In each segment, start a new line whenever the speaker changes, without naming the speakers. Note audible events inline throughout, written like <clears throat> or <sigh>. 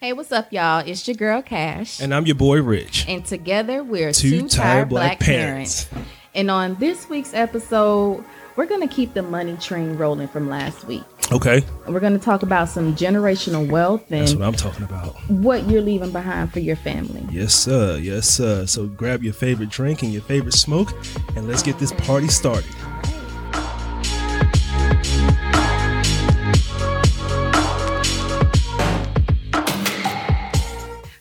Hey, what's up, y'all? It's your girl Cash.
And I'm your boy Rich.
And together we're
Two
two,
Tired
tired
Black
black, parents. And on this week's episode, we're going to keep the money train rolling from last week.
Okay.
We're going to talk about some generational wealth
That's
and
what I'm talking about.
what you're leaving behind for your family.
Yes, sir. Yes, sir. So grab your favorite drink and your favorite smoke and let's get this party started.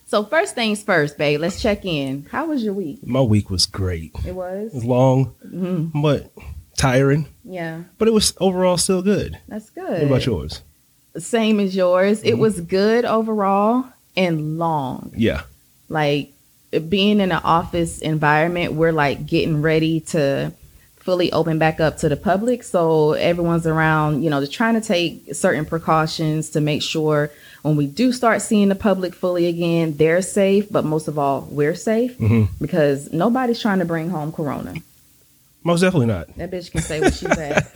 So first things first, babe, let's check in. How was your week?
My week was great.
It
It was
was?
long,
Mm-hmm.
but tiring,
Yeah,
but it was overall still good.
that's good.
What about Mm-hmm. yours?
Same as yours. It was good overall and long.
Yeah.
like being in an office environment we're like getting ready to fully open back up to the public so everyone's around you know just trying to take certain precautions to make sure when we do start seeing the public fully again they're safe but most of all we're safe
Mhm.
because nobody's trying to bring home corona
Most definitely not. <laughs>
that bitch can say what she's at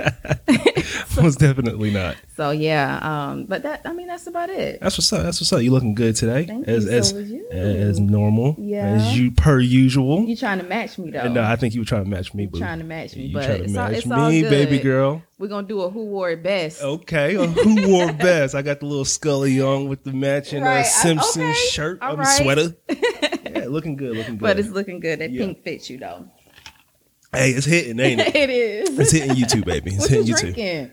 Most definitely not.
so yeah um but that i mean that's about it
That's what's up. That's what's up. You looking good today,
Thank
as
you.
as
So was you.
as normal,
Yeah.
as you per usual.
you trying to match me though
And, no, I think you were trying to match me,
you
boo.
trying to match me
You
but
trying to
it's, all,
match
it's all
me,
good
baby girl.
we're gonna do a who wore it best
Okay, uh, who wore best? I got the little Scully on with the matching
Right, I-
uh, Simpson
okay,
shirt,
all
um,
right. <laughs>
sweater. yeah, looking good, looking good.
But it's looking good. That
Yeah.
pink fits you though.
hey, it's hitting,
<laughs>
ain't it?
it is.
It's hitting you too, baby. It's
what you
hitting you too,
drinking?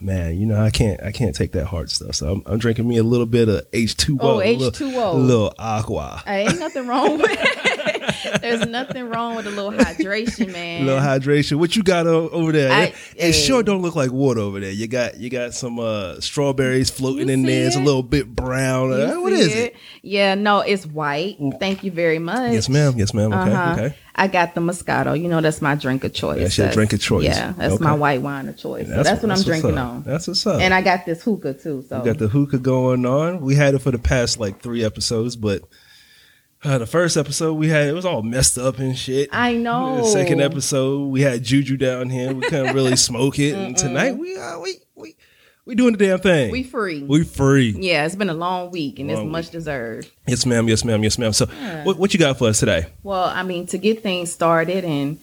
man. You know I can't, I can't take that hard stuff. So I'm, I'm drinking me a little bit of H two
Oh,
O,
H2O.
little aqua,
Uh, ain't nothing wrong with <laughs> There's nothing wrong with a little hydration, man.
little hydration. What you got o- over there?
I-
it, it sure
hey.
don't look like water over there. You got, you got some uh, strawberries floating
You
in there.
see
It's a
it?
little bit brown.
You
Uh, what
see
is it? Mm.
Yeah, no, it's white. Thank you very much.
Yes, ma'am. Yes, ma'am. Okay,
Uh-huh.
okay.
I got the Moscato. You know, that's my drink of choice.
That's your drink of choice.
Yeah, that's
Okay.
my white wine of choice. So That's, what I'm
what's
drinking
up.
on.
That's what's up.
And I got this hookah too. So
We got the hookah going on. We had it for the past like three episodes, but uh, the first episode we had it was all messed up and shit.
I know.
The second episode we had juju down here. We couldn't
<laughs>
really smoke it. And tonight we uh, we we we doing the damn thing.
we free.
we free.
yeah, it's been a long week and
Long
it's much deserved.
Yes, ma'am. Yes, ma'am. Yes, ma'am. So what what you got for us today?
Well, I mean, to get things started, and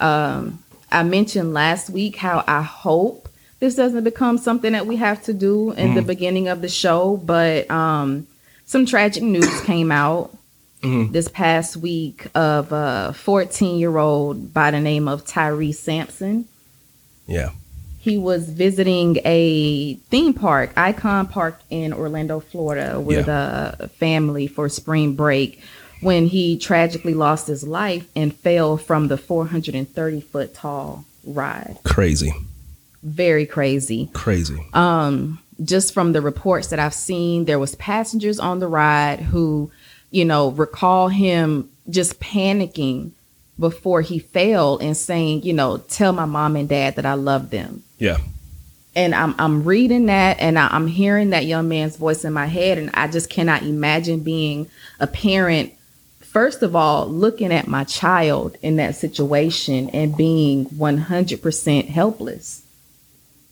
um, I mentioned last week how I hope this doesn't become something that we have to do in the beginning of the show, but um, some tragic news came out this past week of a 14 year old by the name of Tyree Sampson.
Yeah.
He was visiting a theme park, Icon Park in Orlando, Florida, with a family for spring break when he tragically lost his life and fell from the 430 foot tall ride.
Crazy.
Very crazy.
Crazy.
Um, just from the reports that I've seen, there was passengers on the ride who, you know, recall him just panicking before he fell and saying, you know, tell my mom and dad that I love them
Yeah.
and I'm I'm reading that and I, I'm hearing that young man's voice in my head and I just cannot imagine being a parent first of all looking at my child in that situation and being 100% helpless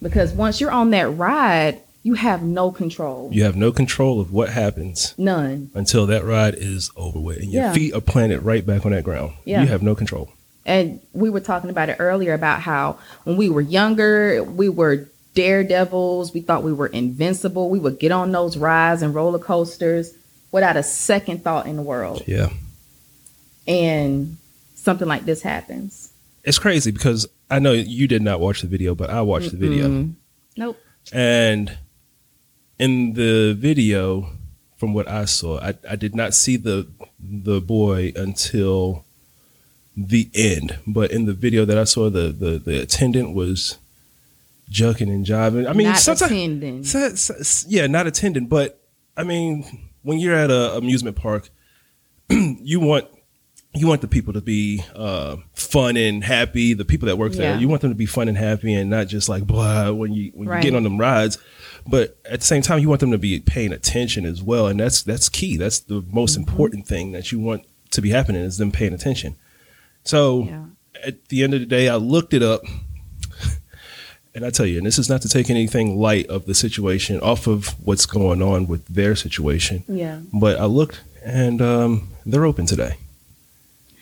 because once you're on that ride you have no control
You have no control of what happens
none
until that ride is over with and your
Yeah.
feet are planted right back on that ground.
Yeah.
You have no control.
and we were talking about it earlier about how when we were younger we were daredevils we thought we were invincible we would get on those rides and roller coasters without a second thought in the world
Yeah.
and something like this happens
it's crazy because I know you did not watch the video, but I watched the video.
Mm. nope
And in the video, from what I saw, I, I did not see the the boy until the end. But in the video that I saw, the the, the attendant was jucking and jiving. I mean,
not
sometimes
attending
so- so- s- yeah, not attendant, but I mean, when you're at a amusement park, <clears throat> you want you want the people to be uh, fun and happy. The people that work there,
Yeah.
you want them to be fun and happy, and not just like blah when you when you
Right.
get on them rides. But at the same time, you want them to be paying attention as well, and that's that's key. That's the most
Mm-hmm.
important thing that you want to be happening is them paying attention. So
Yeah.
at the end of the day, I looked it up <laughs> and I tell you, and this is not to take anything light of the situation off of what's going on with their situation,
Yeah.
but I looked and um, they're open today.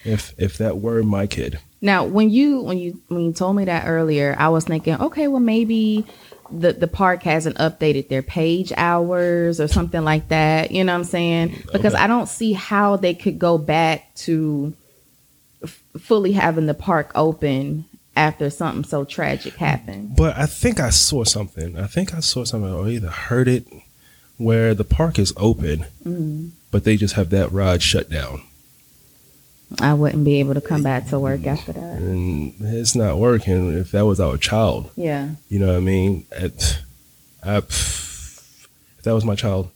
If if that were my kid,
Now, when you when you when you told me that earlier, I was thinking, okay, well maybe the the park hasn't updated their page hours or something like that. You know what I'm saying? Because
Okay.
I don't see how they could go back to f- fully having the park open after something so tragic happened.
but I think I saw something. I think I saw something or either heard it where the park is open,
Mm.
but they just have that ride shut down,
I wouldn't be able to come back to work after that.
and it's not working. If that was our child,
Yeah.
You know what I mean? At, I, if that was my child,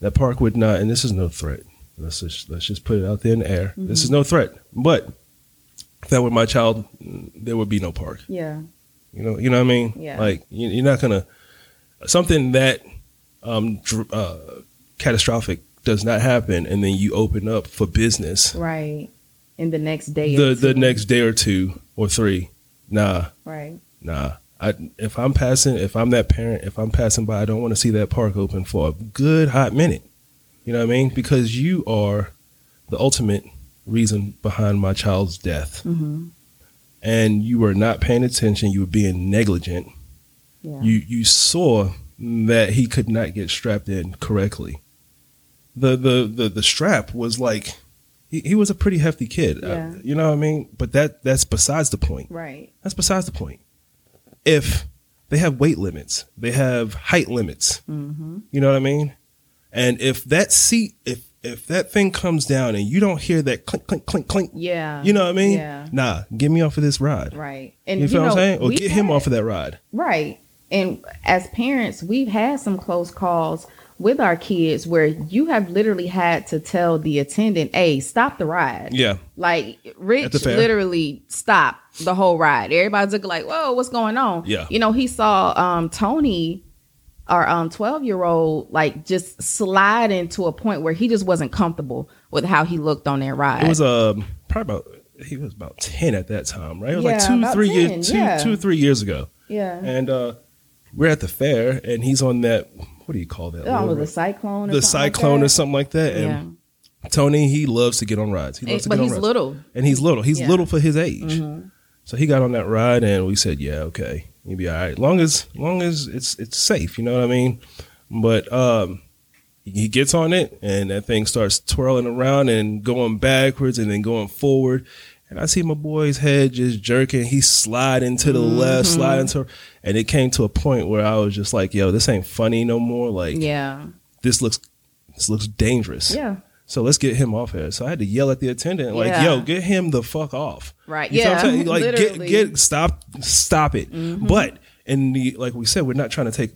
that park would not. And this is no threat. Let's just let's just put it out there in the air. This is no threat. But if that were my child, there would be no park.
Yeah.
You know. You know what I mean?
Yeah.
Like you, you're not gonna something that um dr- uh, catastrophic does not happen, and then you open up for business
Right. In the next day. or
the the
two.
next day or two or three. Nah,
Right.
Nah. I, if I'm passing, if I'm that parent, if I'm passing by, I don't want to see that park open for a good hot minute. You know what I mean? Because you are the ultimate reason behind my child's death.
Mm-hmm.
And you were not paying attention. You were being negligent.
Yeah.
You you saw that he could not get strapped in correctly. The the the, the strap was like he, he was a pretty hefty kid. Uh,
Yeah.
you know what I mean? But that that's besides the point.
right.
That's besides the point. If they have weight limits, they have height limits.
Mm-hmm.
You know what I mean? And if that seat, if if that thing comes down and you don't hear that clink, clink, clink, clink,
Yeah.
you know what I mean?
Yeah.
Nah, get me off of this ride.
Right. And
You feel
know,
what I'm saying? Or
we've
get him
had-
off of that ride.
Right. And as parents, we've had some close calls with our kids where you have literally had to tell the attendant, "Hey, stop the ride."
Yeah.
Like
At the
Rich
fair.
literally stopped the whole ride. Everybody's looking like, "Whoa, what's going on?"
Yeah.
You know, he saw um, Tony, our um, twelve-year-old, like just slide into a point where he just wasn't comfortable with how he looked on that ride.
It was um probably about he was about ten at that time, right? It was like
Yeah,
two,
about
three
10,
years two
yeah.
two or three years ago.
yeah.
And uh we're at the fair and he's on that what do you call that?
Oh,
little-
the cyclone. Or
the
something like
cyclone
that.
or something like that. And
Yeah.
Tony, he loves to get on rides. He
It-
loves to
but
get
he's
on rides.
little.
And he's little. He's
Yeah. Mm-hmm.
little for his age. So he got on that ride and we said, Yeah, okay. He'd be all right. Long as long as it's it's safe, you know what I mean? But um he- he gets on it and that thing starts twirling around and going backwards and then going forward. And I see my boy's head just jerking. He's sliding to the left, sliding
Mm-hmm.
to and it came to a point where I was just like, yo, this ain't funny no more. Like
Yeah.
this looks this looks dangerous.
Yeah.
So let's get him off here. So I had to yell at the attendant, like,
Yeah.
"Yo, get him the fuck off!"
Right.
You feel what I'm
Yeah.
saying? Like, get
Literally. Mm-hmm.
get stop stop it. But and the like we said, we're not trying to take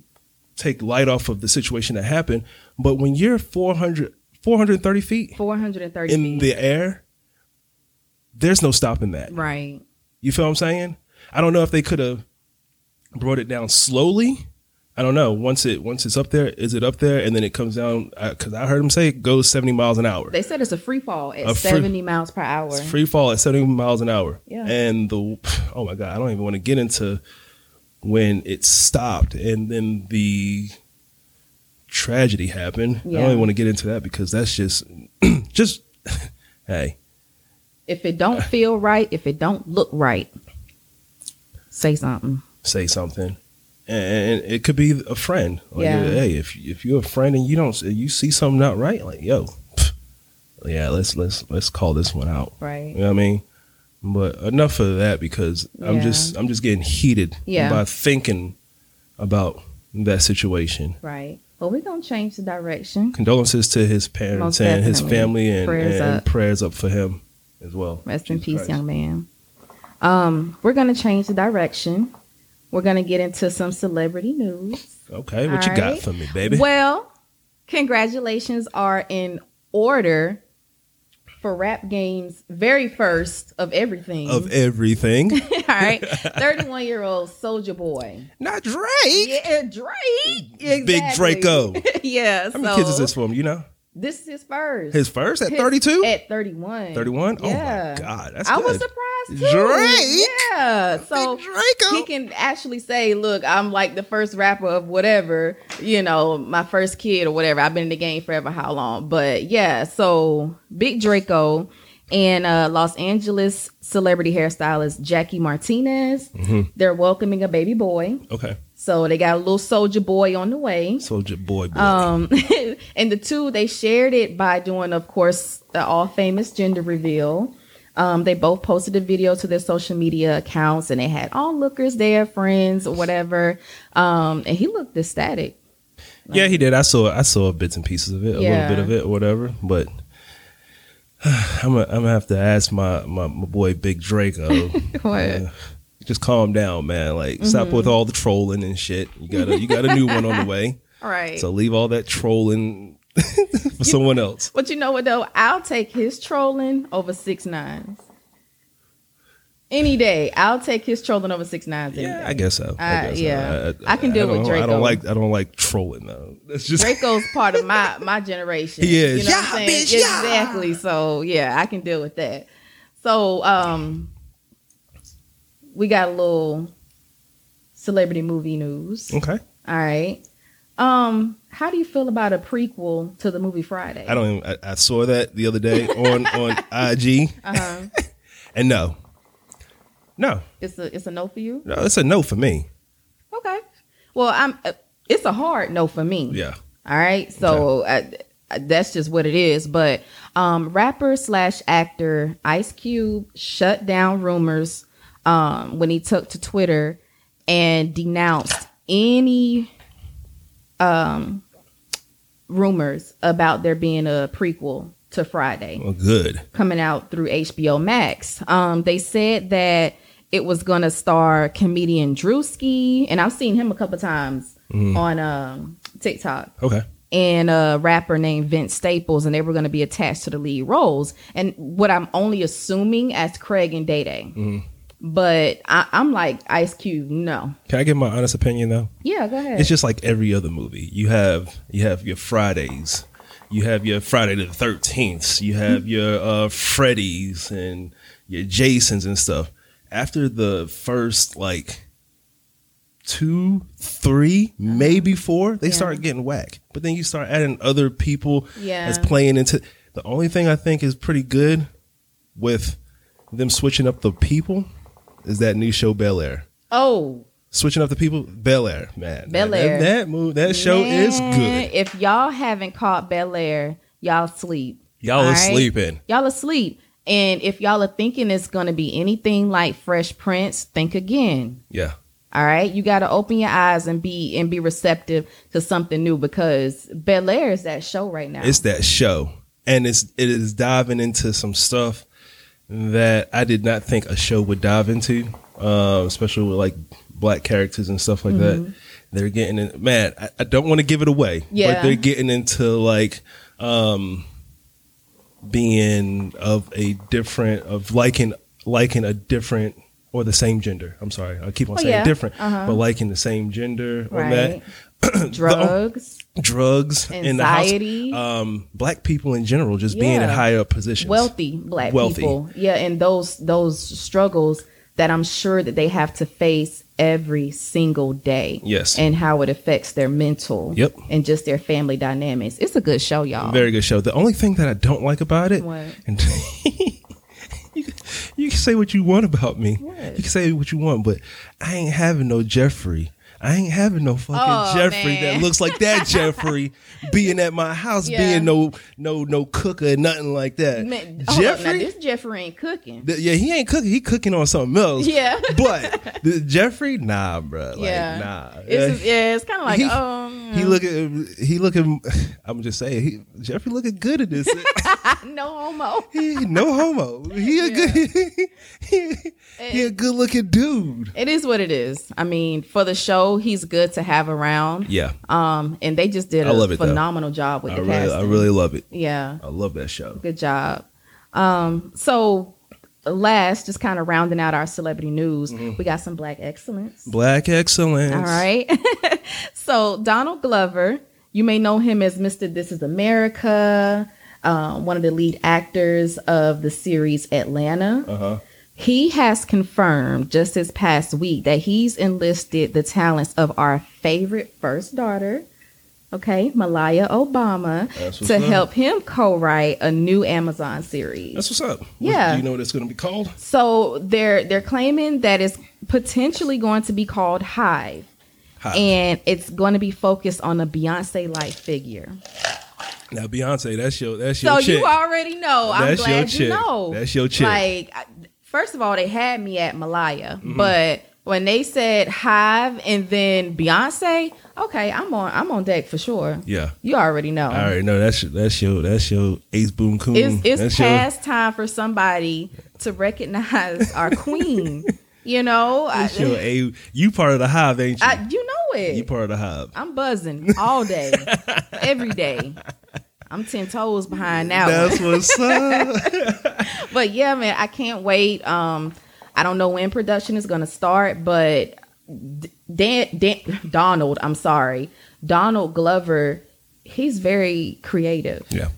take light off of the situation that happened. But when you're 400, 430 feet
430
in
feet.
the air, there's no stopping that.
right.
You feel what I'm saying? I don't know if they could have brought it down slowly. I don't know. Once it once it's up there, is it up there? And then it comes down because I heard him say it goes 70 miles an hour.
They said it's a free fall at
A free-
70 miles per hour.
It's free fall at 70 miles an hour.
Yeah.
And the oh my god, I don't even want to get into when it stopped and then the tragedy happened. I
Yeah.
don't even want to get into that because that's just <clears throat> just hey,
If it don't feel right, if it don't look right, say something.
say something. And it could be a friend. Like,
Yeah.
Hey, if if you're a friend and you don't you see something not right, like yo, pff, yeah, let's let's let's call this one out. You
Right.
know what I mean? But enough of that because I'm
Yeah.
just I'm just getting heated
Yeah.
by thinking about that situation.
Right. Well, we're going to change the direction.
Condolences to his parents
Most
and his
definitely.
family and
Prayers
and
up.
prayers up for him as well.
Rest in
Jesus
peace,
Christ.
young man. Um, we're going to change the direction. We're going to get into some celebrity news.
Okay, what
All
you got
right.
for me, baby?
Well, congratulations are in order for Rap Game's very first of everything.
Of
<laughs>
everything.
All right. 31 year old Soldier Boy.
Not Drake.
Yeah, Drake.
Big
Exactly.
Draco.
<laughs> yeah.
How many
so
kids is this from? You know?
This is his first.
His first at
His-
32?
At 31.
31?
Yeah.
Oh my God. That's
I
good.
was surprised too.
Drake?
Yeah. So
Big Draco.
he can actually say, "Look, I'm like the first rapper of whatever, you know, my first kid or whatever. I've been in the game forever, how long?" But yeah, so Big Draco and uh, Los Angeles celebrity hairstylist Jackie Martinez,
Mm-hmm.
they're welcoming a baby boy.
okay.
So they got a little soldier boy on the way.
Soldier Boy. boy.
Um, <laughs> and the two they shared it by doing, of course, the all famous gender reveal. Um, they both posted a video to their social media accounts, and they had onlookers there, friends or whatever. Um, and he looked ecstatic.
yeah, he did. I saw I saw bits and pieces of it, a
Yeah.
little bit of it, or whatever. But <sighs> I'm gonna, I'm gonna have to ask my, my, my boy Big
<laughs>
Draco.
<laughs> What?
uh, just calm down, man. Like stop
Mm-hmm.
with all the trolling and shit. You got a you got a new one on the
<laughs>
way.
All right.
So leave all that trolling <laughs> for someone else.
but you know what though? I'll take his trolling over six nines any day. I'll take his trolling over six nines. Any
Yeah,
day.
I guess so.
Uh,
I guess so.
yeah. I can deal with
don't- I
Draco.
don't like I don't like trolling though. That's just
Draco's part of my my generation.
He is.
You know
Yeah,
what I'm saying?
bitch, yeah.
Exactly. So yeah, I can deal with that. So um we got a little celebrity movie news.
<laughs> okay.
All right. Um, how do you feel about a prequel to the movie Friday?
I don't. Even, I, I saw that the other day on on IG,
uh-huh.
and no, no,
It's a it's a no for you?
no. It's a no for me.
Okay. Well, I'm uh, it's a hard no for me.
Yeah.
All right. So uh, that's just what it is. But um, rapper slash actor Ice Cube shut down rumors um, when he took to Twitter and denounced any um, rumors about there being a prequel to Friday
Well, good.
coming out through HBO Max. Um, they said that it was going to star comedian Drewski, and I've seen him a couple times on um, TikTok
Okay.
and a rapper named Vince Staples, and they were going to be attached to the lead roles. And what I'm only assuming as Craig and Day Day.
Mm-hmm.
But I, I'm like Ice Cube. No,
Can I give my honest opinion though?
yeah, go ahead.
It's just like every other movie. You have you have your Fridays, you have your Friday the Thirteenth, you
Mm-hmm.
have your uh, Freddy's and your Jasons and stuff. After the first like two, three, maybe four, they
Uh-huh. Yeah.
start getting whack. But then you start adding other people
Yeah.
as playing into. The only thing I think is pretty good with them switching up the people is that new show Bel Air
oh,
switching up the people. Bel Air, man.
Bel Air.
That, that move, that show is
man,
good.
If y'all haven't caught Bel Air, y'all sleep.
Y'all
All
are
right?
sleeping.
Y'all asleep. And if y'all are thinking it's going to be anything like Fresh Prince, think again.
Yeah.
All right, you got to open your eyes and be and be receptive to something new because Bel Air is that show right now.
It's that show. And it's it is diving into some stuff that I did not think a show would dive into. Uh, especially with like black characters and stuff like
Mm-hmm.
that. They're getting in man, I, I don't want to give it away.
Yeah.
But they're getting into like um being of a different of liking liking a different or the same gender. I'm sorry, I keep on
Oh,
saying
yeah.
different,
Uh-huh.
but liking the same gender on
right,
<clears throat> that
drugs,
drugs <laughs> in the house.
Anxiety.
Um, black people in general just being in
Yeah.
higher up positions.
wealthy black
Wealthy.
people, yeah, and those those struggles that I'm sure that they have to face every single day.
Yes.
and how it affects their mental.
Yep.
and just their family dynamics. It's a good show, y'all.
Very good show. The only thing that I don't like about it, <laughs>
What?
and you, you can say what you want about me.
What?
You can say what you want, but I ain't having no Jeffrey. I ain't having no fucking
Oh,
Jeffrey
man.
that looks like
<laughs>
that Jeffrey being at my house,
Yeah.
being no no no cooker, nothing like that.
Man, hold up, now
Jeffrey,
this Jeffrey ain't cooking.
Th- yeah, he ain't cooking. He cooking on something else.
Yeah.
but the Jeffrey, nah, bro. Like,
yeah,
nah.
It's just- yeah, it's kind of like
He-
um,
He looking. He looking. <laughs> I'm just saying. He, Jeffrey looking good in this.
<laughs>
<laughs>
no homo.
he, no homo. He a good. <laughs> he, he a good looking dude.
It is what it is. I mean, for the show, he's good to have around.
Yeah,
Um, and they just did
I
a
love it, though.
phenomenal job with
I
the
really,
casting.
I really love it.
yeah,
I love that show.
good job. Um, so last, just kind of rounding out our celebrity news,
Mm-hmm.
we got some black excellence. <laughs>
Black excellence.
All right. so Donald Glover You may know him as Mr. This is America, um, one of the lead actors of the series Atlanta.
Uh huh.
He has confirmed just this past week that he's enlisted the talents of our favorite first daughter, okay, Malaya Obama,
That's what's
to
up.
help him co write a new Amazon series.
That's what's up. What-
Yeah.
do you know what it's going to be called?
So they're they're claiming that it's potentially going to be called Hive,
Hi.
and it's going to be focused on a Beyonce-like figure.
now Beyonce, that's your that's your
So
chick.
you already know. I'm
That's your
glad you
chick.
know.
That's your chick.
Like, I- first of all, they had me at Malaya,
Mm-hmm.
but when they said Hive and then Beyonce, okay, I'm on. I'm on deck for sure.
yeah.
You already know.
All right, no, that's your that's your that's your ace boom coon.
It's it's
that's
past time for somebody to recognize
<laughs>
our queen. You know,
your,
I,
that's your a you part of the hive, ain't you?
I, you know it.
you part of the hive.
I'm buzzing all day, every
<laughs>
day. I'm ten toes behind now.
That's
<laughs>
what's up.
But yeah, man, I can't wait. Um, I don't know when production is gonna start, but D- Dan, Dan <laughs> Donald, I'm sorry, Donald Glover, he's very creative
yeah.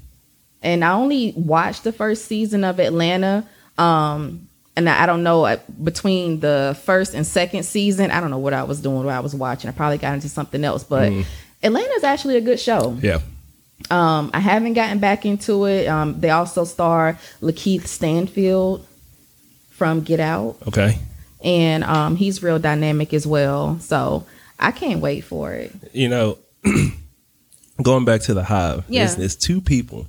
and I only watched the first season of Atlanta. Um, and I I don't know I- between the first and second season, I don't know what I was doing while I was watching. I probably got into something else, but Atlanta is actually a good show.
Yeah.
Um, I haven't gotten back into it. Um, they also star Lakeith Stanfield from Get Out,
Okay.
and um, he's real dynamic as well. So I can't wait for it.
you know, <clears throat> going back to the hive,
Yeah.
there's, there's two people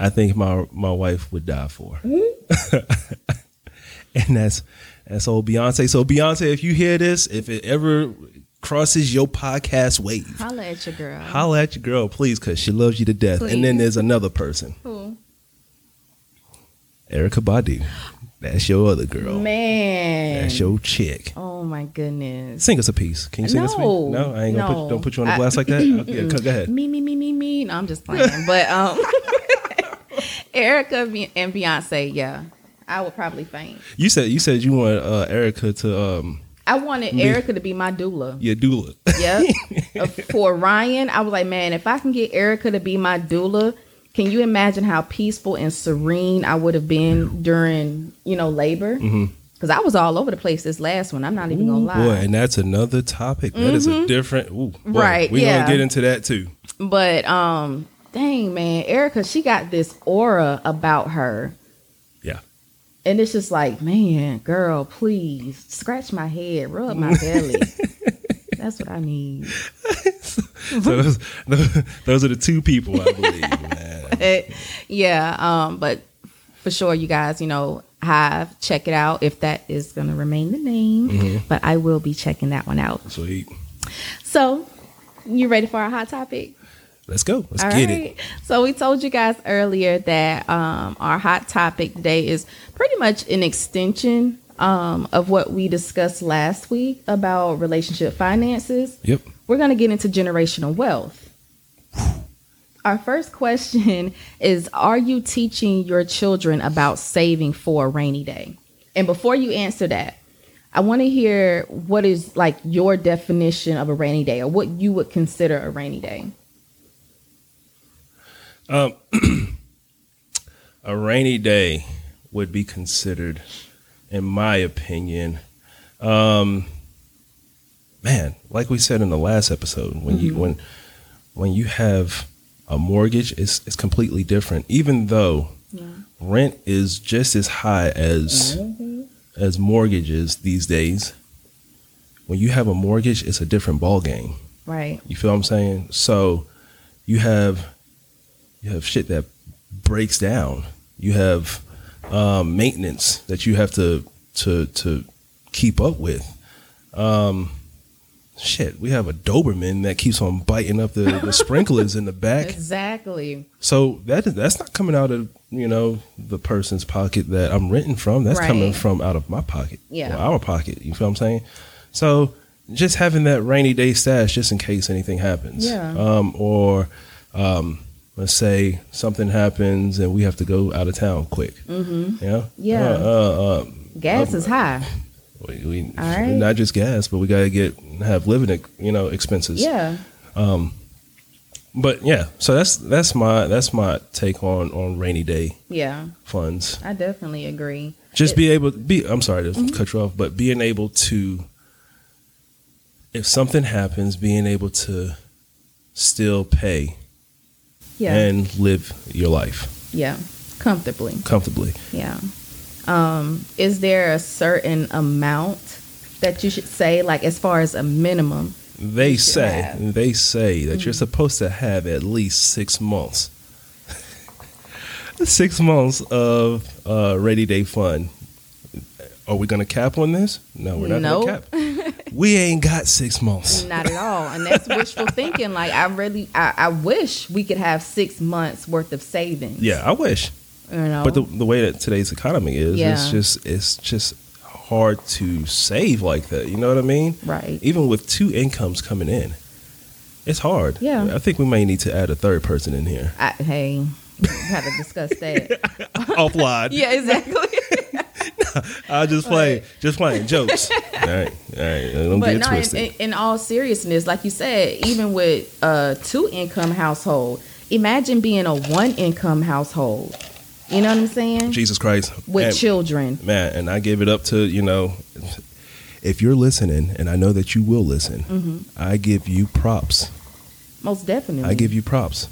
I think my my wife would die for,
Mm-hmm.
<laughs> and that's that's old Beyonce. So Beyonce, if you hear this, if it ever crosses your podcast wave,
Holla at your girl.
holla at your girl, please, because she loves you to death. And then
Please.
there's another person,
Who?
Erica Badu. That's your other girl.
Man.
That's your chick.
Oh my goodness.
Sing us a piece. Can you sing us a piece?
No.
No, I ain't gonna
No.
put, don't put you on the
I- <clears throat>
blast like that. Okay, go ahead.
me me me me me. No, I'm just playing. but um, <laughs> Erica Be- and Beyonce, yeah, I would probably faint.
You said you said you want uh, Erica to um,
I wanted Erica to be my doula. <laughs>
your doula.
Yep. Uh, For Ryan, I was like, man, if I can get Erica to be my doula, can you imagine how peaceful and serene I would have been during you know labor? Because I was all over the place this last one. I'm not even gonna lie. Mm-hmm.
Boy, and that's another topic. That is a different. Ooh, boy,
Right,
We're
yeah.
gonna get into that too.
But um, dang man, Erica, she got this aura about her.
Yeah.
And it's just like, man, girl, please scratch my head, rub my belly. That's what I need. Mm-hmm.
So those, those are the two people I believe. <laughs> man.
But, yeah, um, but for sure, you guys, you know, Hive, check it out if that is going to remain the name.
Mm-hmm.
But I will be checking that one out.
Sweet.
So, you ready for our hot topic?
Let's go. Let's
All right.
get it.
So we told you guys earlier that um, our hot topic today is pretty much an extension um, of what we discussed last week about relationship finances.
Yep.
We're going to get into generational wealth. Our first question is Are you teaching your children about saving for a rainy day? And before you answer that, I want to hear what is like your definition of a rainy day or what you would consider a rainy day.
A rainy day would be considered, in my opinion, um, man, like we said in the last episode, when you when when you have a mortgage, it's it's completely different. Even though rent is just as high as as mortgages these days, when you have a mortgage, it's a different ball game.
Right.
You feel what I'm saying? So you have you have shit that breaks down. You have um, maintenance that you have to to to keep up with. Um, shit, we have a Doberman that keeps on biting up the, the sprinklers in the back.
Exactly.
So that is, that's not coming out of you know the person's pocket that I'm renting from. That's
Right.
coming from out of my pocket,
Yeah.
or our pocket. You feel what I'm saying? So just having that rainy day stash just in case anything happens,
Yeah.
Um, or um, let's say something happens and we have to go out of town quick. Mm-hmm. Yeah,
Yeah.
Uh, uh, uh,
Gas is high.
we, we
All right.
not just gas, but we gotta get have living you know expenses.
Yeah.
But yeah, so that's that's my that's my take on on rainy day
Yeah,
funds.
I definitely agree.
Just be able be I'm sorry to cut you off, but being able to if something happens, being able to still pay
Yeah,
and live your life
yeah, comfortably.
comfortably.
Yeah. Um, is there a certain amount that you should say, like as far as a minimum?
They say
have. Mm-hmm.
they say that you're supposed to have at least six months, <laughs> six months of uh, rainy day fun. Are we gonna cap on this? No, we're not
Nope.
gonna cap. we ain't got
<laughs>
six months.
Not at all. And that's wishful thinking. Like I really, I, I wish we could have six months worth of savings.
Yeah, I wish,
You know.
but the, the way that today's economy is, it's
Yeah.
just it's just hard to save like that. You know what I mean?
right.
Even with two incomes coming in, it's hard.
Yeah.
I think we may need to add a third person in here
<laughs> I, hey, we have to discuss
<laughs>
that.
offline.
yeah, exactly.
I just play, just
<laughs>
playing jokes. all right, all right. Don't
but
get
no, in,
twisted.
in, in all seriousness, like you said, even with a two income household, imagine being a one income household. You know what I'm saying?
Jesus Christ,
with
man,
children.
man, and I give it up to you know. If you're listening, and I know that you will listen,
Mm-hmm.
I give you props.
Most definitely.
I give you props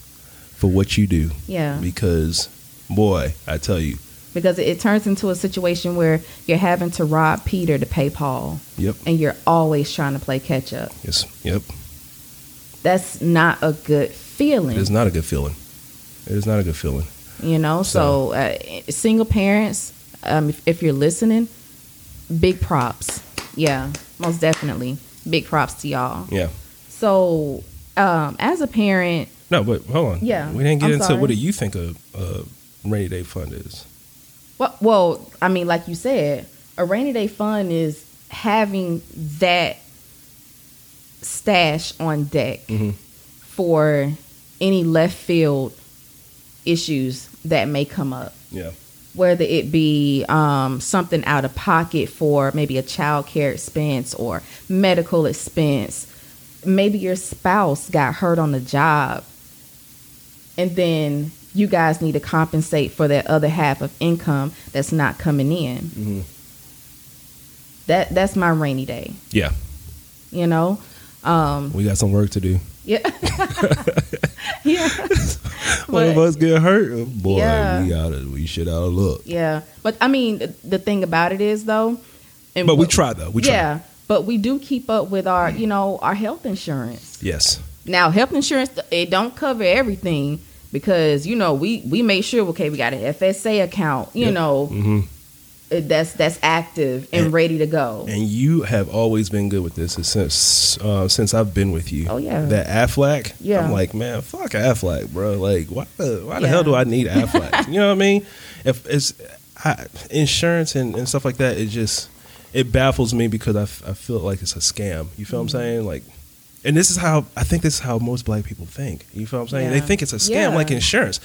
for what you do
Yeah.
because, boy, I tell you,
because it, it turns into a situation where you're having to rob Peter to pay Paul,
yep,
and you're always trying to play catch up.
yes, yep.
That's not a good feeling,
It is not a good feeling. It is not a good feeling.
you know. So, uh, single parents, um, if, if you're listening, big props. Yeah, most definitely, big props to y'all.
Yeah.
So, um, as a parent,
No, but hold on.
Yeah,
we didn't get
I'm
into
sorry.
what do you think a, a rainy day fund is?
Well, well, I mean, like you said, a rainy day fund is having that stash on deck
Mhm.
for any left field issues that may come up,
Yeah.
whether it be um, something out of pocket for maybe a child care expense or medical expense. Maybe your spouse got hurt on the job, and then you guys need to compensate for that other half of income that's not coming in.
Mm-hmm.
That that's my rainy day,
Yeah.
you know. Um,
We got some work to do.
yeah, <laughs> yeah,
One of
But-
us get hurt, boy.
Yeah.
We out of we shit out of luck.
yeah. But I mean, the- the thing about it is though, and
But we
what-
try though. We try.
yeah, but we do keep up with our, you know, our health insurance.
Yes.
Now, health insurance it don't cover everything because you know we we make sure okay we got an FSA account, you
Yep.
know,
hmm
uh, that's that's active and,
And-
ready to go.
And you have always been good with this since uh, since I've been with you.
Oh, yeah.
That Aflac.
Yeah.
I'm like, man, fuck Aflac, bro. Like, why the why the
Yeah.
hell do I need
<laughs>
Aflac? you know what I mean? If it's I, insurance and, and stuff like that, it just it baffles me because I, f- I feel like it's a scam. You feel what I'm
Mm-hmm.
saying? Like, and this is how I think this is how most black people think. You feel what I'm saying? They
Yeah.
think it's a scam,
Yeah.
like insurance.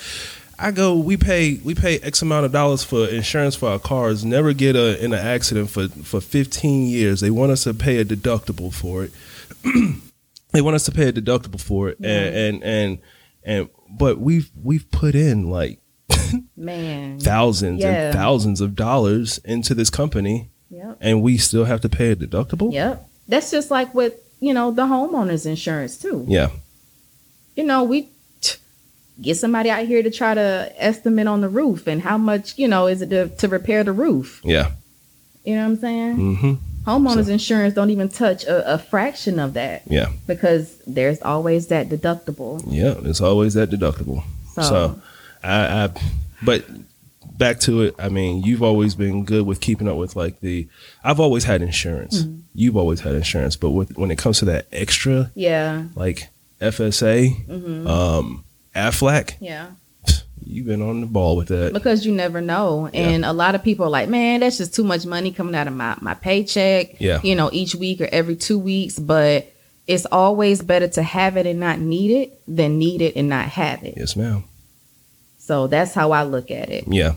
I go, we pay we pay X amount of dollars for insurance for our cars. Never get a, in an accident for for 15 years. They want us to pay a deductible for it. <clears throat> they want us to pay a deductible for it, and, and and and but we've we've put in like
Man,
thousands
Yeah.
and thousands of dollars into this company,
yep,
and we still have to pay a deductible.
yep. That's just like with you know the homeowners insurance too.
Yeah.
You know we. Get somebody out here to try to estimate on the roof and how much, you know, is it to, to repair the roof?
Yeah.
You know what I'm saying?
hmm
Homeowners
So-
insurance don't even touch a, a fraction of that.
Yeah.
because there's always that deductible.
Yeah. It's always that deductible.
So,
So I, I but back to it. I mean, you've always been good with keeping up with like the. I've always had insurance.
Mm-hmm.
You've always had insurance, but with, when it comes to that extra,
yeah,
like FSA,
Mm-hmm.
um, Aflac,
yeah,
you've been on the ball with that.
because you never know, and a lot of people are like, "Man, that's just too much money coming out of my my paycheck."
Yeah.
you know, each week or every two weeks, but it's always better to have it and not need it than need it and not have it.
yes, ma'am.
So that's how I look at it.
Yeah,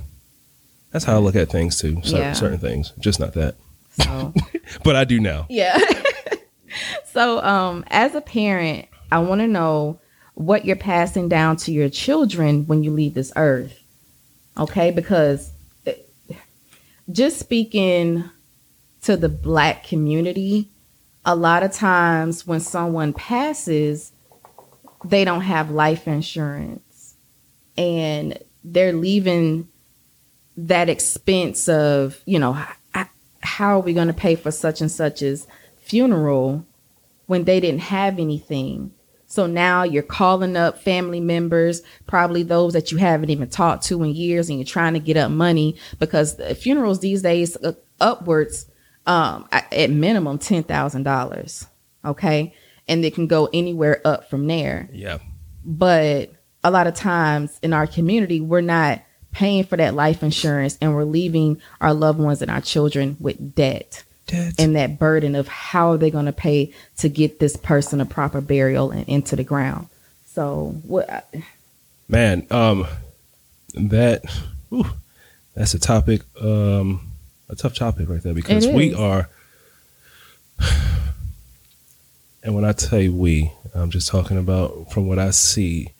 that's how I look at things too. Certain,
Yeah.
certain things, just not that.
So.
But I do now.
<laughs> Yeah. so, um, as a parent, I want to know what you're passing down to your children when you leave this earth. Okay? Because it- just speaking to the black community, a lot of times when someone passes, they don't have life insurance and they're leaving that expense of, you know, h- how are we going to pay for such and such's funeral when they didn't have anything? So now you're calling up family members, probably those that you haven't even talked to in years, and you're trying to get up money because the funerals these days uh, upwards um, a- at minimum ten thousand dollars. Okay, and it can go anywhere up from there
Yeah.
but a lot of times in our community we're not paying for that life insurance and we're leaving our loved ones and our children with debt and that burden of how are they going to pay to get this person a proper burial and into the ground so what
Man, um, that whew, that's a topic, um, a tough topic right there because
It
we
is.
are. <sighs> And when I tell you we, I'm just talking about from what I see.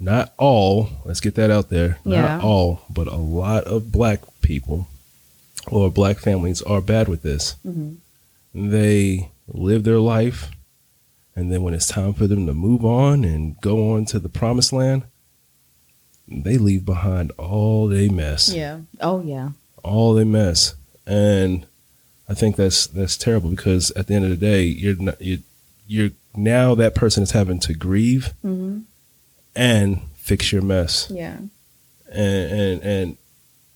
Not all. Let's get that out there.
Yeah.
Not all, but a lot of black people or black families are bad with this.
mm-hmm.
They live their life, and then when it's time for them to move on and go on to the promised land, they leave behind all they mess,
yeah oh yeah
all they mess, and I think that's that's terrible because at the end of the day, you're not, you you're now that person is having to grieve
mm-hmm.
and fix your mess,
yeah
and and and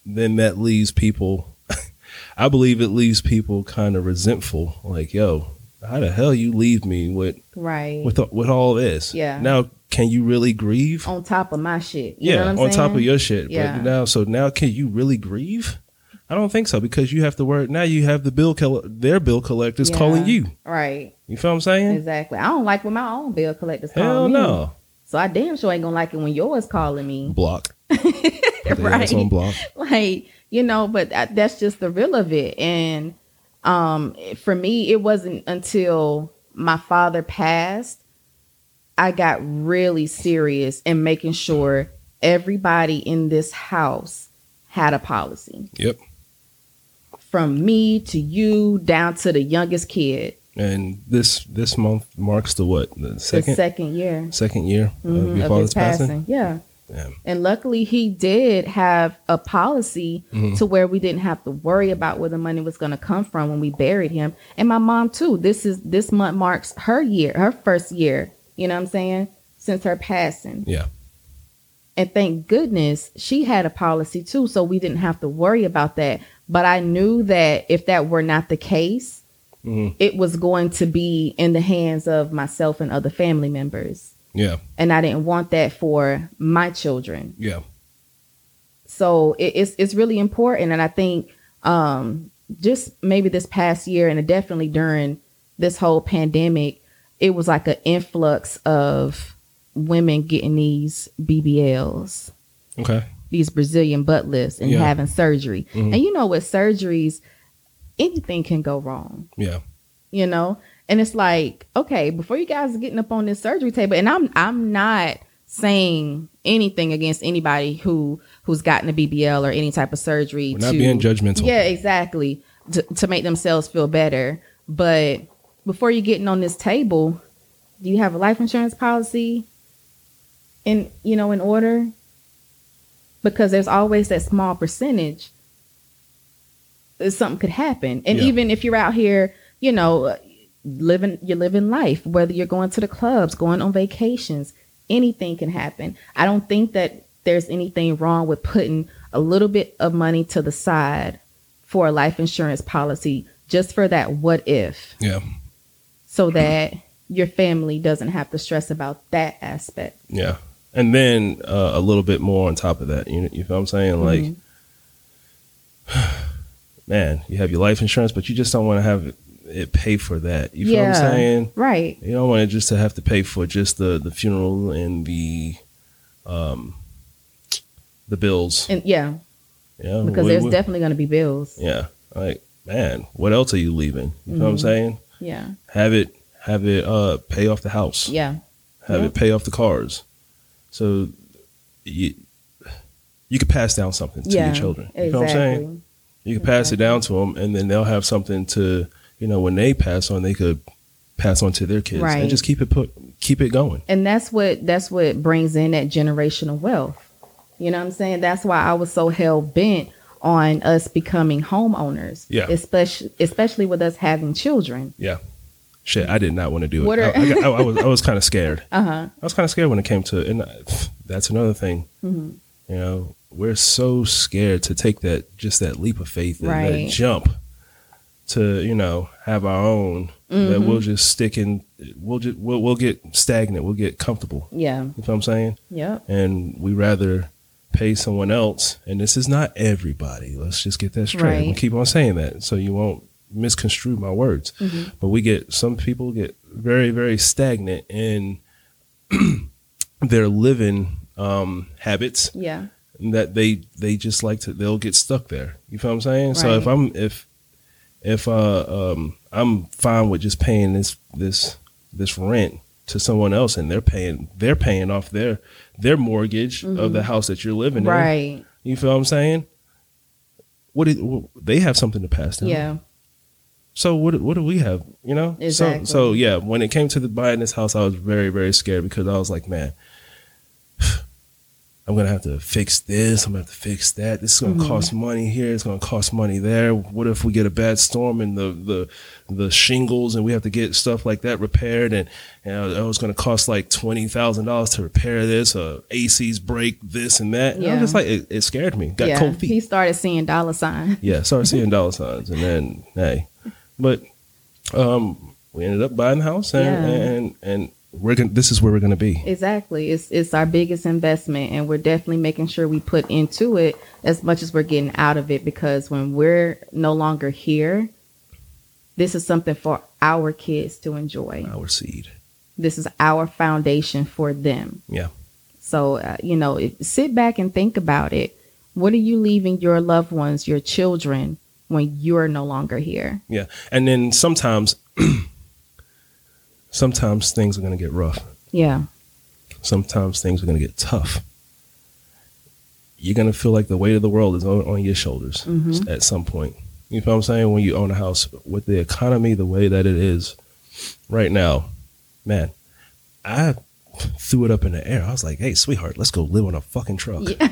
then that leaves people. <laughs> I believe it leaves people kind of resentful, like, "Yo, how the hell you leave me with
right
with with all this?"
Yeah.
Now, can you really grieve?
on top of my shit you
yeah,
know what I'm
on top of
saying?
your shit.
Yeah.
But now, so now, can you really grieve? I don't think so because you have to worry. Now you have the bill, coll- their bill collectors
Yeah.
calling you.
right
You feel what I'm saying?
exactly i don't like when my own bill collectors
Hell
call me
no.
so i damn sure ain't gonna like it when yours calling me <laughs>
Block. Put their ass
Right.
on block.
like you know but that, that's just the real of it and um for me it wasn't until my father passed i got really serious in making sure everybody in this house had a policy
Yep.
from me to you down to the youngest kid
And this this month marks the what the second
the second year
second year
mhm,
of your father's Uh, passing.
yeah
Damn.
and luckily he did have a policy
Mhm.
to where we didn't have to worry about where the money was going to come from when we buried him. And my mom too. This is this month marks her year, her first year. You know what I'm saying? Since her passing.
Yeah.
And thank goodness she had a policy too, so we didn't have to worry about that. But I knew that if that were not the case,
Mhm.
it was going to be in the hands of myself and other family members.
Yeah.
And I didn't want that for my children
Yeah.
so it, it's it's really important and i think um just maybe this past year and definitely during this whole pandemic it was like an influx of women getting these bbls
Okay.
these brazilian butt lifts and
Yeah.
having surgery
Mhm.
and you know with surgeries anything can go wrong
Yeah.
you know and it's like okay before you guys are getting up on this surgery table and i'm i'm not saying anything against anybody who who's gotten a bbl or any type of surgery
We're not
to-
being judgmental.
yeah exactly to, to make themselves feel better but before you're getting on this table do you have a life insurance policy in you know in order because there's always that small percentage that something could happen and
Yeah.
even if you're out here you know living you're living life whether you're going to the clubs going on vacations anything can happen i don't think that there's anything wrong with putting a little bit of money to the side for a life insurance policy just for that what if
Yeah.
so that your family doesn't have to stress about that aspect
Yeah. And then uh, a little bit more on top of that. You, you feel what I'm saying?
Mm-hmm.
Like, <sighs> man, you have your life insurance, but you just don't want to have it pay for that. You feel what
Yeah.
I'm saying?
right
You don't want it just to have to pay for just the, the funeral and the um the bills.
and yeah
Yeah.
because
we-
there's
we-
definitely going to be bills
Yeah. Like, man, what else are
Mm-hmm.
you leaving? You know what I'm
Mhm.
saying?
yeah
Have it have it uh pay off the house.
yeah
have
Yeah.
it pay off the cars. So you you could pass down something to your children. You
Exactly.
know what I'm saying? You can pass it down to them, and then they'll have something to you know when they pass on, they could pass on to their kids
Right.
and just keep it put keep it going.
and that's what that's what brings in that generational wealth you know what i'm saying that's why i was so hell-bent on us becoming homeowners
Yeah.
especially especially with us having children
Shit, I did not want to do it.
What are-
I, I, got- I, I was I was kind of scared.
<laughs> uh-huh
I was kind of scared when it came to, and I, that's another thing.
hmm
You know, we're so scared to take that just that leap of faith and
Right.
that jump to you know have our own that
Mhm.
we'll just stick in. We'll just we'll, we'll get stagnant. We'll get comfortable.
yeah
You know what I'm saying?
yep
And we rather pay someone else. And this is not everybody. Let's just get that straight.
Right.
We keep on saying that so you won't misconstrue my words.
Mhm.
But we get some people get very very stagnant in <clears throat> their living um, habits
yeah
that they they just like to they'll get stuck there. You feel what I'm saying? So
Right.
if I'm if if uh um I'm fine with just paying this this this rent to someone else and they're paying they're paying off their their mortgage of the house that you're living in.
Mm-hmm. right
You feel what I'm saying? What it, wh- they have something to pass down.
yeah
So what do- what do we have? You know?
Exactly.
So so yeah, when it came to the buying this house, I was very, very scared because I was like, man, <sighs> I'm gonna have to fix this, I'm gonna have to fix that. This is gonna
Mm-hmm.
cost money here, it's gonna cost money there. What if we get a bad storm and the the the shingles and we have to get stuff like that repaired and and oh, it's gonna cost like twenty thousand dollars to repair this, uh AC's break, this and that. And I
Yeah.
was just like it, it scared me. Got
yeah
cold feet
he started seeing dollar signs
yeah, started seeing dollar signs, and then hey, but um, we ended up buying the house, and
Yeah.
and, and we're gonna. This is where we're gonna be.
Exactly. It's it's our biggest investment and we're definitely making sure we put into it as much as we're getting out of it because when we're no longer here, this is something for our kids to enjoy.
Our seed.
This is our foundation for them.
Yeah.
So, uh, you know, if, sit back and think about it. What are you leaving your loved ones, your children when you're no longer here?
Yeah, and then sometimes, <clears throat> sometimes things are gonna get rough.
Yeah.
Sometimes things are gonna get tough. You're gonna feel like the weight of the world is on, on your shoulders
Mhm.
at some point. You feel what I'm saying? When you own a house with the economy the way that it is right now, man, I threw it up in the air. I was like, hey, sweetheart, let's go live on a fucking truck.
Yeah.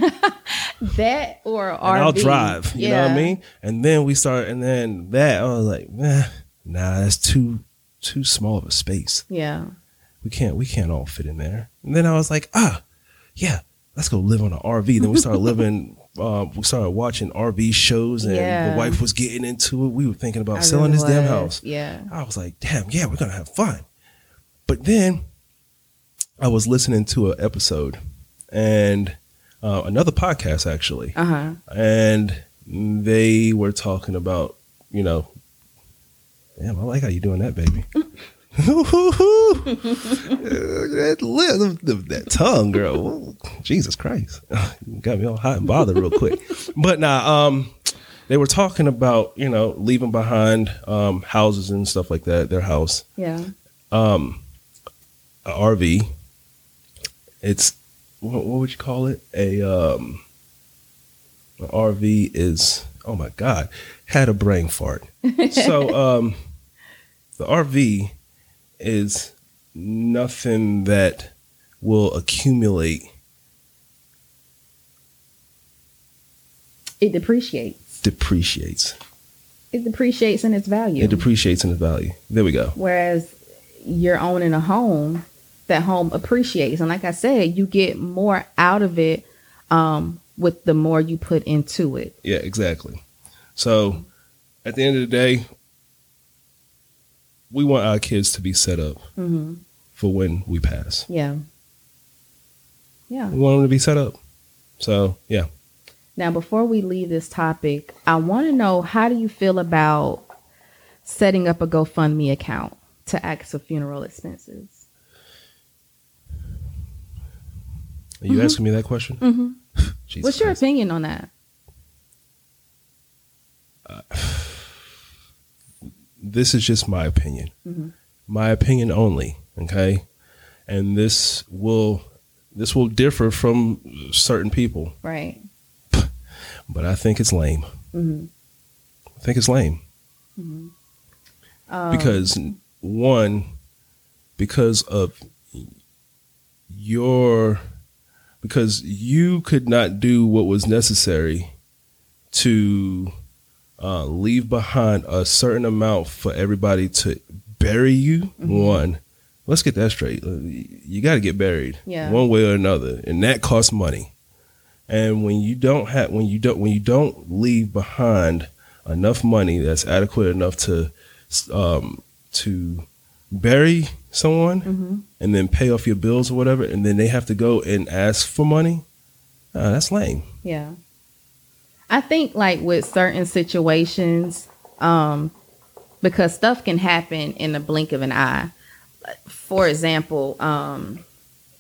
That or RV.
And I'll drive. You know what
Yeah.
I mean? And then we start and then that I was like, nah, nah, that's too too small of a space.
Yeah.
We can't we can't all fit in there. And then I was like, ah, yeah, let's go live on an RV. Then we started
<laughs>
living uh, we started watching RV shows, and
Yeah.
the wife was getting into it. We were thinking about
I
selling
really
this damn
was.
house.
Yeah.
I was like, damn, yeah, we're gonna have fun. But then I was listening to an episode and uh, another podcast actually,
Uh huh.
and they were talking about, you know, damn, I like how you're doing that, baby. that lip, the- that tongue, girl. Jesus Christ, You got me all hot and bothered real quick. But nah, um, they were talking about you know leaving behind um, houses and stuff like that, their house,
Yeah.
um, a RV. It's what, what would you call it? A um, a RV is oh my god, had a brain fart. so um, the RV is nothing that will accumulate
It depreciates.
depreciates.
It depreciates in its value.
It depreciates in its value. There we go.
Whereas you're owning a home, that home appreciates. And like I said, you get more out of it um, with the more you put into it.
Yeah, exactly. So at the end of the day, we want our kids to be set up
hmm
for when we pass.
Yeah. Yeah.
We want them to be set up. So yeah,
Now, before we leave this topic, I want to know how do you feel about setting up a GoFundMe account to act of funeral expenses?
are you
Mhm.
asking me that question?
Mm-hmm.
Jesus
What's your
Christ.
opinion on that?
This is just my opinion.
Mhm. Mm-hmm.
My opinion only. Okay. and this will this will differ from certain people,
Right.
but I think it's lame.
hmm
I think it's lame
hmm Um,
because one because of your because you could not do what was necessary to uh, leave behind a certain amount for everybody to bury you one let's get that straight Uh, you got to get buried
Yeah.
one way or another and that costs money and when you don't have when you don't when you don't leave behind enough money that's adequate enough to um, to bury someone
Mhm.
and then pay off your bills or whatever, and then they have to go and ask for money. Uh, that's lame.
Yeah. I think like with certain situations, um, because stuff can happen in the blink of an eye. For example, um,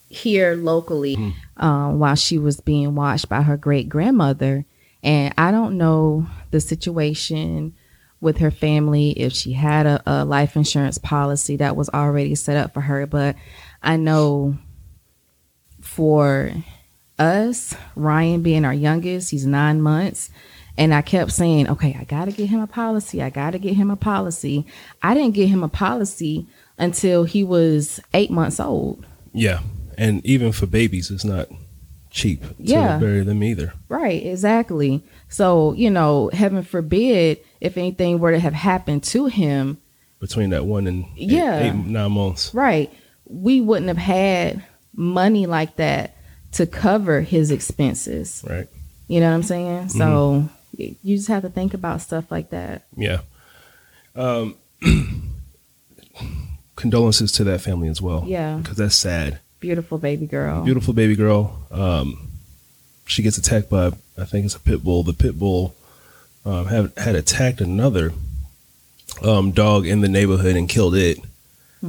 here locally, um, while she was being watched by her great grandmother, and I don't know the situation with her family if she had a, a life insurance policy that was already set up for her, but I know for us, Ryan being our youngest, he's nine months. And I kept saying, okay, I got to get him a policy. I got to get him a policy. I didn't get him a policy until he was eight months old.
Yeah, and even for babies, it's not cheap to
Yeah.
bury them either.
Right, exactly. So, you know, heaven forbid if anything were to have happened to him,
Between that one and eight-
Yeah.
eight, nine months.
right, we wouldn't have had money like that to cover his expenses.
Right.
You know what I'm saying? So y- you just have to think about stuff like that.
Yeah. Um, <clears throat> condolences to that family as well.
Yeah.
Because that's sad.
Beautiful baby girl.
Um, beautiful baby girl. Um, she gets attacked by I think it's a pit bull. The pit bull um, had had attacked another um, dog in the neighborhood and killed it.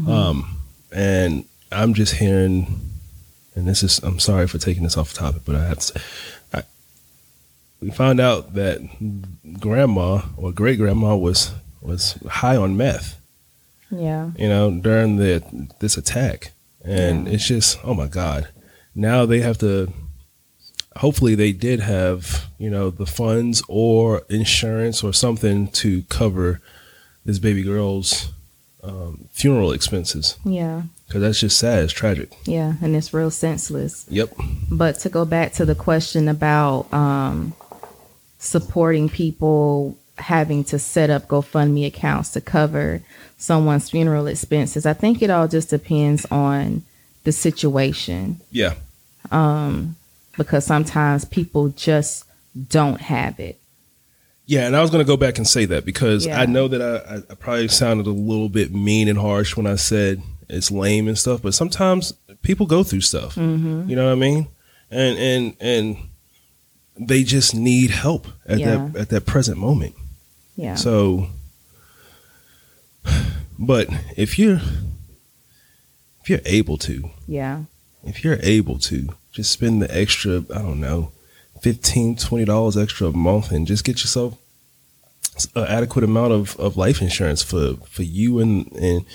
Um, and I'm just hearing, and this is I'm sorry for taking this off topic, but I have to. Say, I, we found out that grandma or great grandma was was high on meth
Yeah.
you know, during the this attack. And it's just, oh my God. Now they have to hopefully they did have, you know, the funds or insurance or something to cover this baby girl's um, funeral expenses.
Yeah.
Cause that's just sad. It's tragic.
Yeah. And it's real senseless.
Yep.
But to go back to the question about um, supporting people having to set up GoFundMe accounts to cover someone's funeral expenses, I think it all just depends on the situation Um,
Yeah.
because sometimes people just don't have it.
Yeah, and I was going to go back and say that because
Yeah.
I know that I, I, I probably sounded a little bit mean and harsh when I said it's lame and stuff, but sometimes people go through stuff.
Mm-hmm.
You know what I mean? And and and they just need help at
Yeah.
that at that present moment.
Yeah.
So, <sighs> but if you're if you're able to,
yeah.
if you're able to just spend the extra i don't know 15 20 dollars extra a month and just get yourself an adequate amount of, of life insurance for for you and and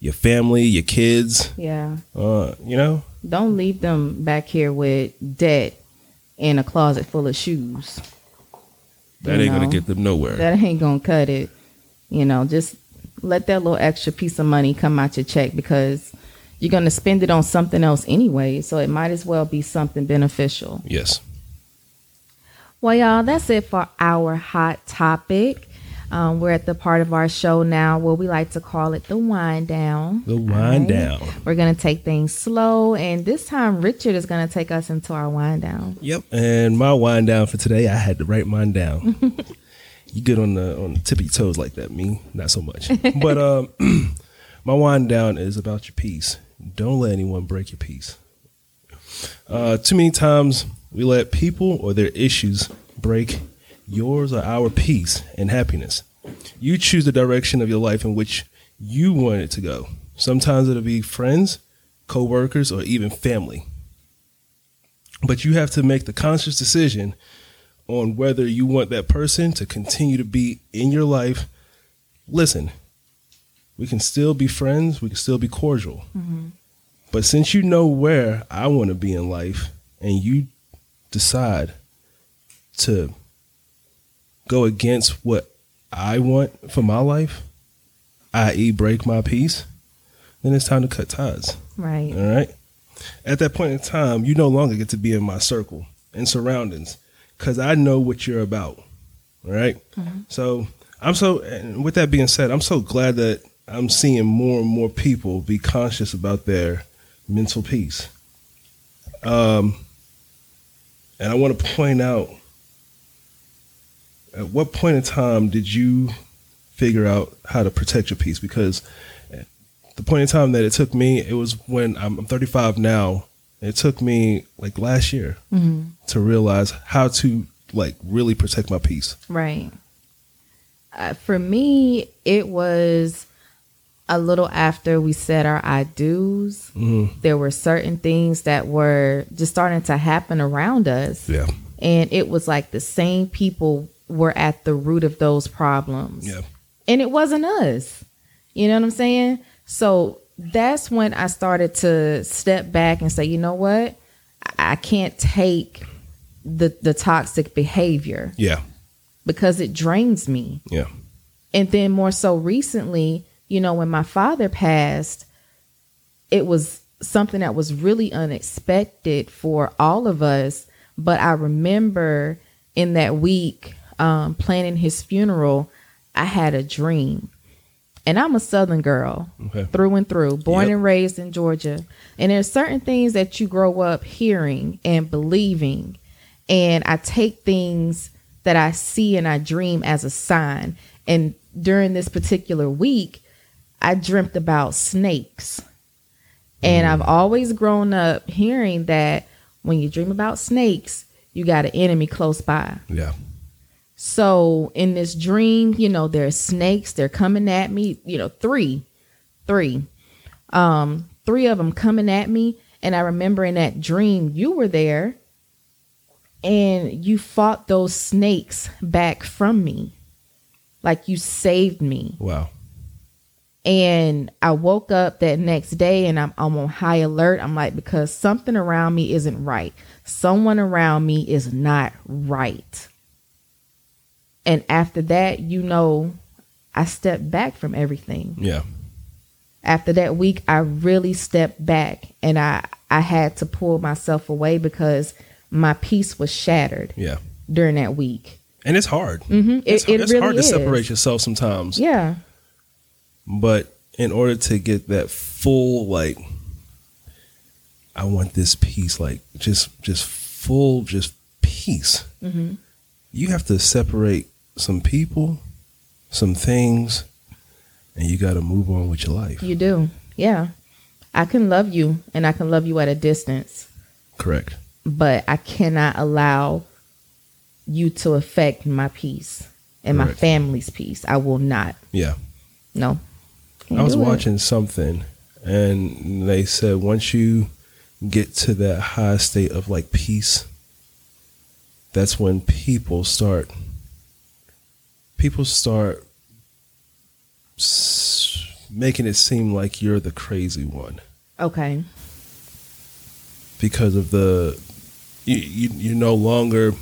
your family your kids
Yeah.
uh you know
Don't leave them back here with debt and a closet full of shoes.
that ain't gonna
No.
get them nowhere
That ain't gonna cut it. You know, just let that little extra piece of money come out your check because you're gonna spend it on something else anyway. So it might as well be something beneficial.
yes
Well, y'all, that's it for our hot topic. Um, we're at the part of our show now where we like to call it the wind down.
the wind
All right?
down
We're gonna take things slow, and this time Richard is gonna take us into our wind down.
yep and my wind down for today i had to write mine down you good on the on the tip of your toes like that me not so much but um <clears throat> my wind down is about your peace don't let anyone break your peace Uh, too many times we let people or their issues break yours or our peace and happiness. You choose the direction of your life in which you want it to go. Sometimes it'll be friends, co workers, or even family. But you have to make the conscious decision on whether you want that person to continue to be in your life. Listen, we can still be friends, we can still be cordial, But since you know where I want to be in life and you decide to go against what I want for my life, i.e., break my peace, then it's time to cut ties.
Right.
All right. At that point in time, you no longer get to be in my circle and surroundings because I know what you're about. All right? So I'm so, and with that being said, I'm so glad that I'm seeing more and more people be conscious about their mental peace. Um, and I want to point out at what point in time did you figure out how to protect your peace? Because the point in time that it took me, it was when I'm, I'm 35 now. It took me like last year
Mm-hmm.
to realize how to like really protect my peace.
Right. Uh, for me, it was a little after we said our I do's. There were certain things that were just starting to happen around us.
Yeah.
And it was like the same people were at the root of those problems.
Yeah.
And it wasn't us. You know what I'm saying? So that's when I started to step back and say, you know what? I I can't take the the toxic behavior
Yeah.
because it drains me.
Yeah.
And then more so recently, you know, when my father passed, it was something that was really unexpected for all of us. But I remember in that week um, planning his funeral, I had a dream. And I'm a Southern girl
Okay.
through and through, born
Yep.
and raised in Georgia. And there's certain things that you grow up hearing and believing. And I take things that I see and I dream as a sign. And during this particular week, I dreamt about snakes. And I've always grown up hearing that when you dream about snakes, you got an enemy close by.
Yeah.
So in this dream, you know, there are snakes, they're coming at me, you know, three, three, um, three of them coming at me. And I remember in that dream, you were there and you fought those snakes back from me. Like you saved me.
Wow.
And I woke up that next day and I'm, I'm on high alert. I'm like, because something around me isn't right. Someone around me is not right. And after that, you know, I stepped back from everything.
Yeah.
After that week, I really stepped back and I, I had to pull myself away because my peace was shattered
Yeah.
during that week.
And it's hard.
Mm-hmm. It,
It's,
it
it's
really
hard to
is.
separate yourself sometimes.
Yeah.
But in order to get that full, like, I want this peace, like, just, just full, just peace,
Mm-hmm.
you have to separate some people, some things, and you got to move on with your life.
You do. Yeah. I can love you and I can love you at a distance,
Correct.
but I cannot allow you to affect my peace and my
Correct.
family's peace. I will not.
Yeah.
No. Can't
I was
do it.
watching something, and they said once you get to that high state of like peace, that's when people start. People start s- making it seem like you're the crazy one
Okay.
because of the you, you you're no longer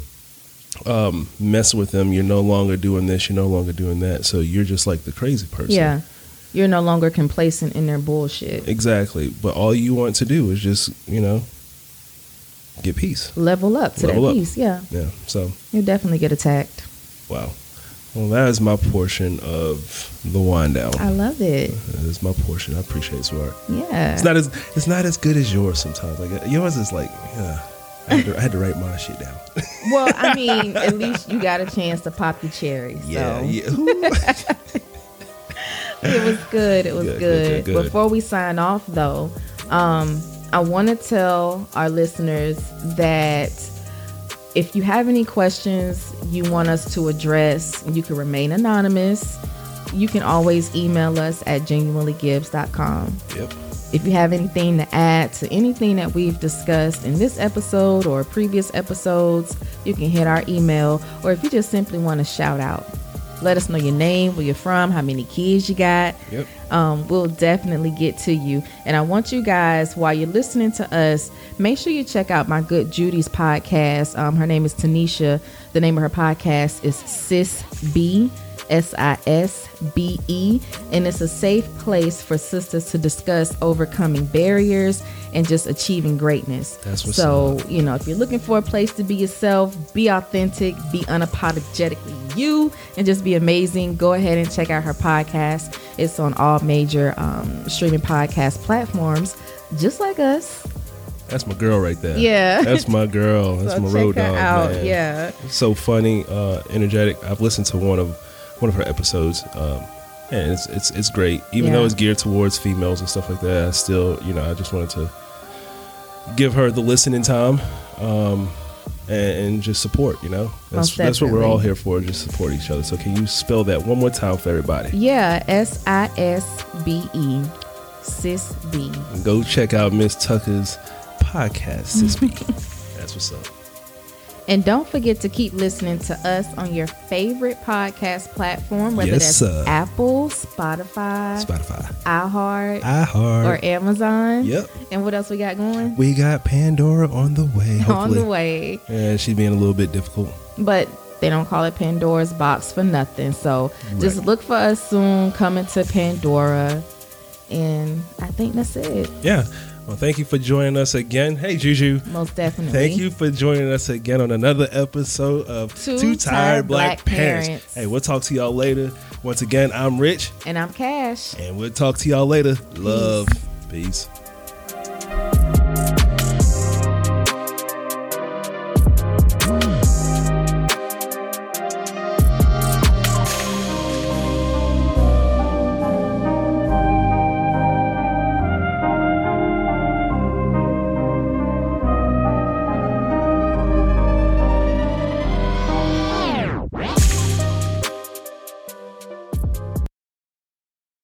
um messing with them you're no longer doing this you're no longer doing that so you're just like the crazy person
Yeah. You're no longer complacent in their bullshit.
Exactly. But all you want to do is just, you know, get peace.
Level up to
Level
that
up.
peace. Yeah.
Yeah. So,
You definitely get attacked.
wow. Well, that is my portion of the wind down.
I love it.
<laughs> That is my portion. I appreciate smart.
Yeah.
It's not as it's not as good as yours sometimes. Like yours is like, yeah. I had to, I had to write my
<laughs>
shit down.
well, I mean, at least you got a chance to pop your cherry.
Yeah.
so.
Yeah. <laughs> Ooh.
it was good. It was
Good,
good,
good, good, good.
Before we sign off, though, um, I want to tell our listeners that if you have any questions you want us to address, you can remain anonymous. You can always email us at genuinelygibbs.com.
yep.
If you have anything to add to anything that we've discussed in this episode or previous episodes, you can hit our email. Or if you just simply want to shout out, Let us know your name, where you're from, how many kids you got.
Yep.
Um, we'll definitely get to you. And I want you guys, while you're listening to us, make sure you check out my good Judy's podcast. Um, her name is Tanisha. The name of her podcast is Sis B. S I S B E, and it's a safe place for sisters to discuss overcoming barriers and just achieving greatness.
That's what's
so, you know, if you're looking for a place to be yourself, be authentic, be unapologetically you, and just be amazing, go ahead and check out her podcast. It's on all major um, streaming podcast platforms, just like us.
That's my girl right there.
Yeah.
That's my
<laughs>
girl. That's
So
my
check
road
her
dog.
out.
man.
Yeah.
so funny, uh, energetic. I've listened to one of one of her episodes, um, and it's it's it's great. Even
Yeah.
though it's geared towards females and stuff like that, I still you know I just wanted to give her the listening time um, and, and just support. You know, that's
Most
that's what we're
definitely.
all here for. Just support each other. So can you spell that one more time for everybody?
Yeah, S I S B E, Sis B.
And go check out Miss Tucker's
<laughs>
podcast. Sis B. that's what's up.
And don't forget to keep listening to us on your favorite podcast platform, whether
Yes,
that's
sir.
Apple, Spotify,
Spotify,
iHeart,
iHeart.
Uh, or Amazon.
Yep.
And what else we got going?
we got Pandora on the way.
<laughs> On
hopefully.
the way.
Yeah, Uh, she's being a little bit difficult.
But they don't call it Pandora's box for nothing. So just
Right.
look for us soon coming to Pandora. And I think that's it.
Yeah. Well, thank you for joining us again. Hey, Juju.
Most definitely.
Thank you for joining us again on another episode of
Two
Two
Tired
Tired
Black
Black, Parents.
Parents.
Hey, we'll talk to y'all later. Once again, I'm Rich,
And I'm Cash.
and we'll talk to y'all later. Love. Peace.